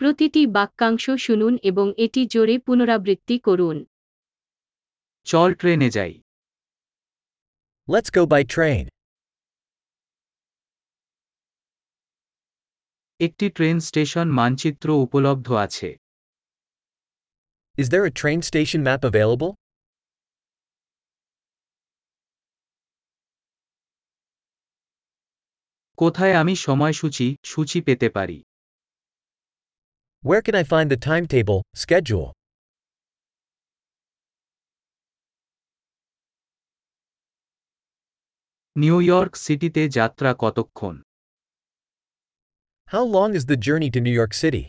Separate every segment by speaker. Speaker 1: প্রতিটি বাক্যাংশ শুনুন এবং এটি জোরে পুনরাবৃত্তি করুন
Speaker 2: চল ট্রেনে যাই
Speaker 3: Let's go by train.
Speaker 2: একটি ট্রেন স্টেশন মানচিত্র উপলব্ধ আছে
Speaker 3: Is there a train station map available?
Speaker 2: কোথায় আমি সময়সূচি সূচি পেতে পারি
Speaker 3: Where can I find the timetable, schedule?
Speaker 2: New York সিটিতে যাত্রা কতক্ষণ
Speaker 3: How long is the journey to New York City?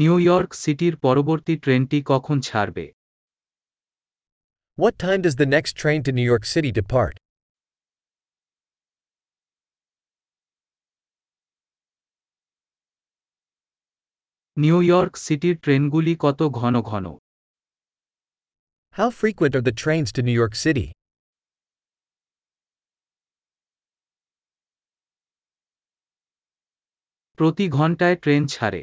Speaker 2: New York সিটির পরবর্তী ট্রেনটি কখন ছাড়বে
Speaker 3: What time does the next train to New York City depart?
Speaker 2: New York সিটির ট্রেনগুলি কত ঘন ঘন
Speaker 3: How frequent are the trains to New York City?
Speaker 2: প্রতি ঘন্টায় ট্রেন ছাড়ে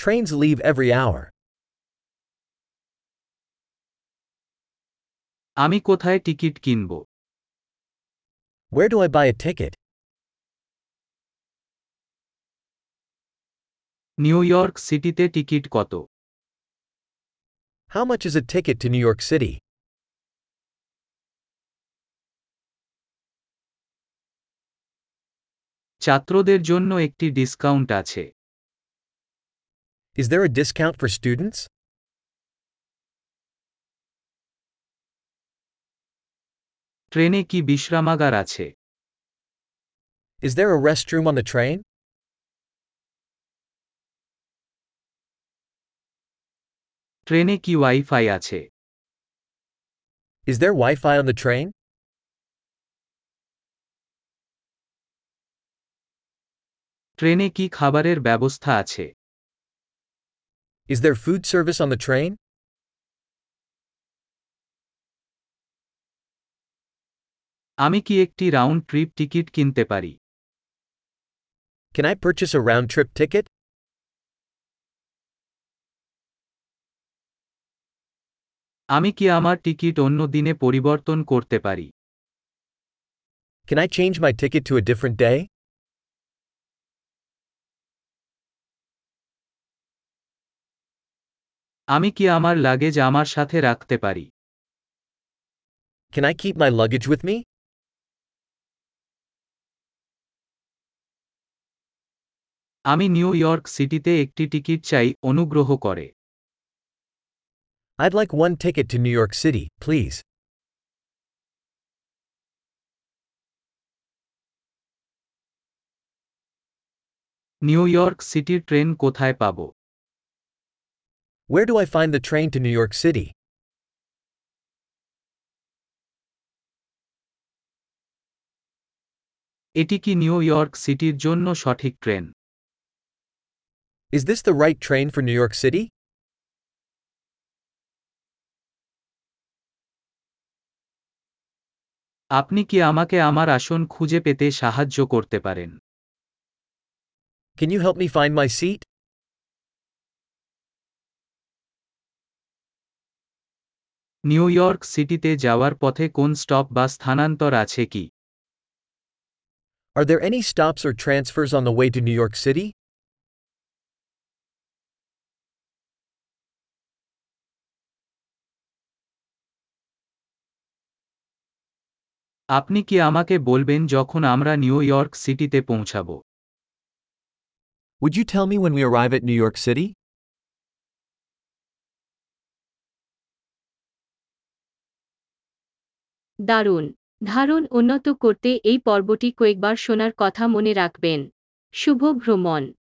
Speaker 3: Trains leave every hour.
Speaker 2: আমি কোথায় টিকিট কিনব
Speaker 3: Where do I buy a ticket?
Speaker 2: New York সিটিতে টিকিট কত
Speaker 3: How much is a ticket to New York City?
Speaker 2: ছাত্রদের জন্য একটি ডিসকাউন্ট আছে
Speaker 3: Is there a discount for students?
Speaker 2: ট্রেনে কি বিশ্রামাগার আছে
Speaker 3: Is there a restroom on the train?
Speaker 2: ট্রেনে কি ওয়াইফাই আছে
Speaker 3: Is there Wi Fi on the train?
Speaker 2: ট্রেনে কি খাবারের ব্যবস্থা আছে
Speaker 3: Is there food service on the train?
Speaker 2: আমি কি একটি রাউন্ড ট্রিপ টিকিট কিনতে পারি
Speaker 3: Can I purchase a round trip ticket?
Speaker 2: আমি কি আমার টিকিট অন্য দিনে পরিবর্তন করতে পারি
Speaker 3: Can I change my ticket to a different day?
Speaker 2: আমি কি আমার লাগেজ আমার সাথে রাখতে পারি
Speaker 3: Can I keep my luggage with me?
Speaker 2: আমি নিউ ইয়র্ক সিটিতে একটি টিকিট চাই অনুগ্রহ করে
Speaker 3: I'd like one ticket to New York City, please.
Speaker 2: New York সিটির ট্রেন কোথায় পাব
Speaker 3: Where do I find the train to New York City?
Speaker 2: এটি কি নিউ ইয়র্ক সিটির জন্য সঠিক train
Speaker 3: Is this the right train for New York City?
Speaker 2: আপনি কি আমাকে আমার আসন খুঁজে পেতে সাহায্য করতে পারেন
Speaker 3: Can you help me find my seat?
Speaker 2: New York সিটিতে যাওয়ার পথে কোন স্টপ বা স্থানান্তর আছে কি
Speaker 3: Are there any stops or transfers on the way to New York City?
Speaker 2: আপনি কি আমাকে বলবেন যখন আমরা নিউ ইয়র্ক সিটিতে পৌঁছাব
Speaker 3: Would you tell me when we arrive at New York City?
Speaker 1: দারুণ ধারণ উন্নত করতে এই পর্বটি কয়েকবার শোনার কথা মনে রাখবেন শুভ ভ্রমণ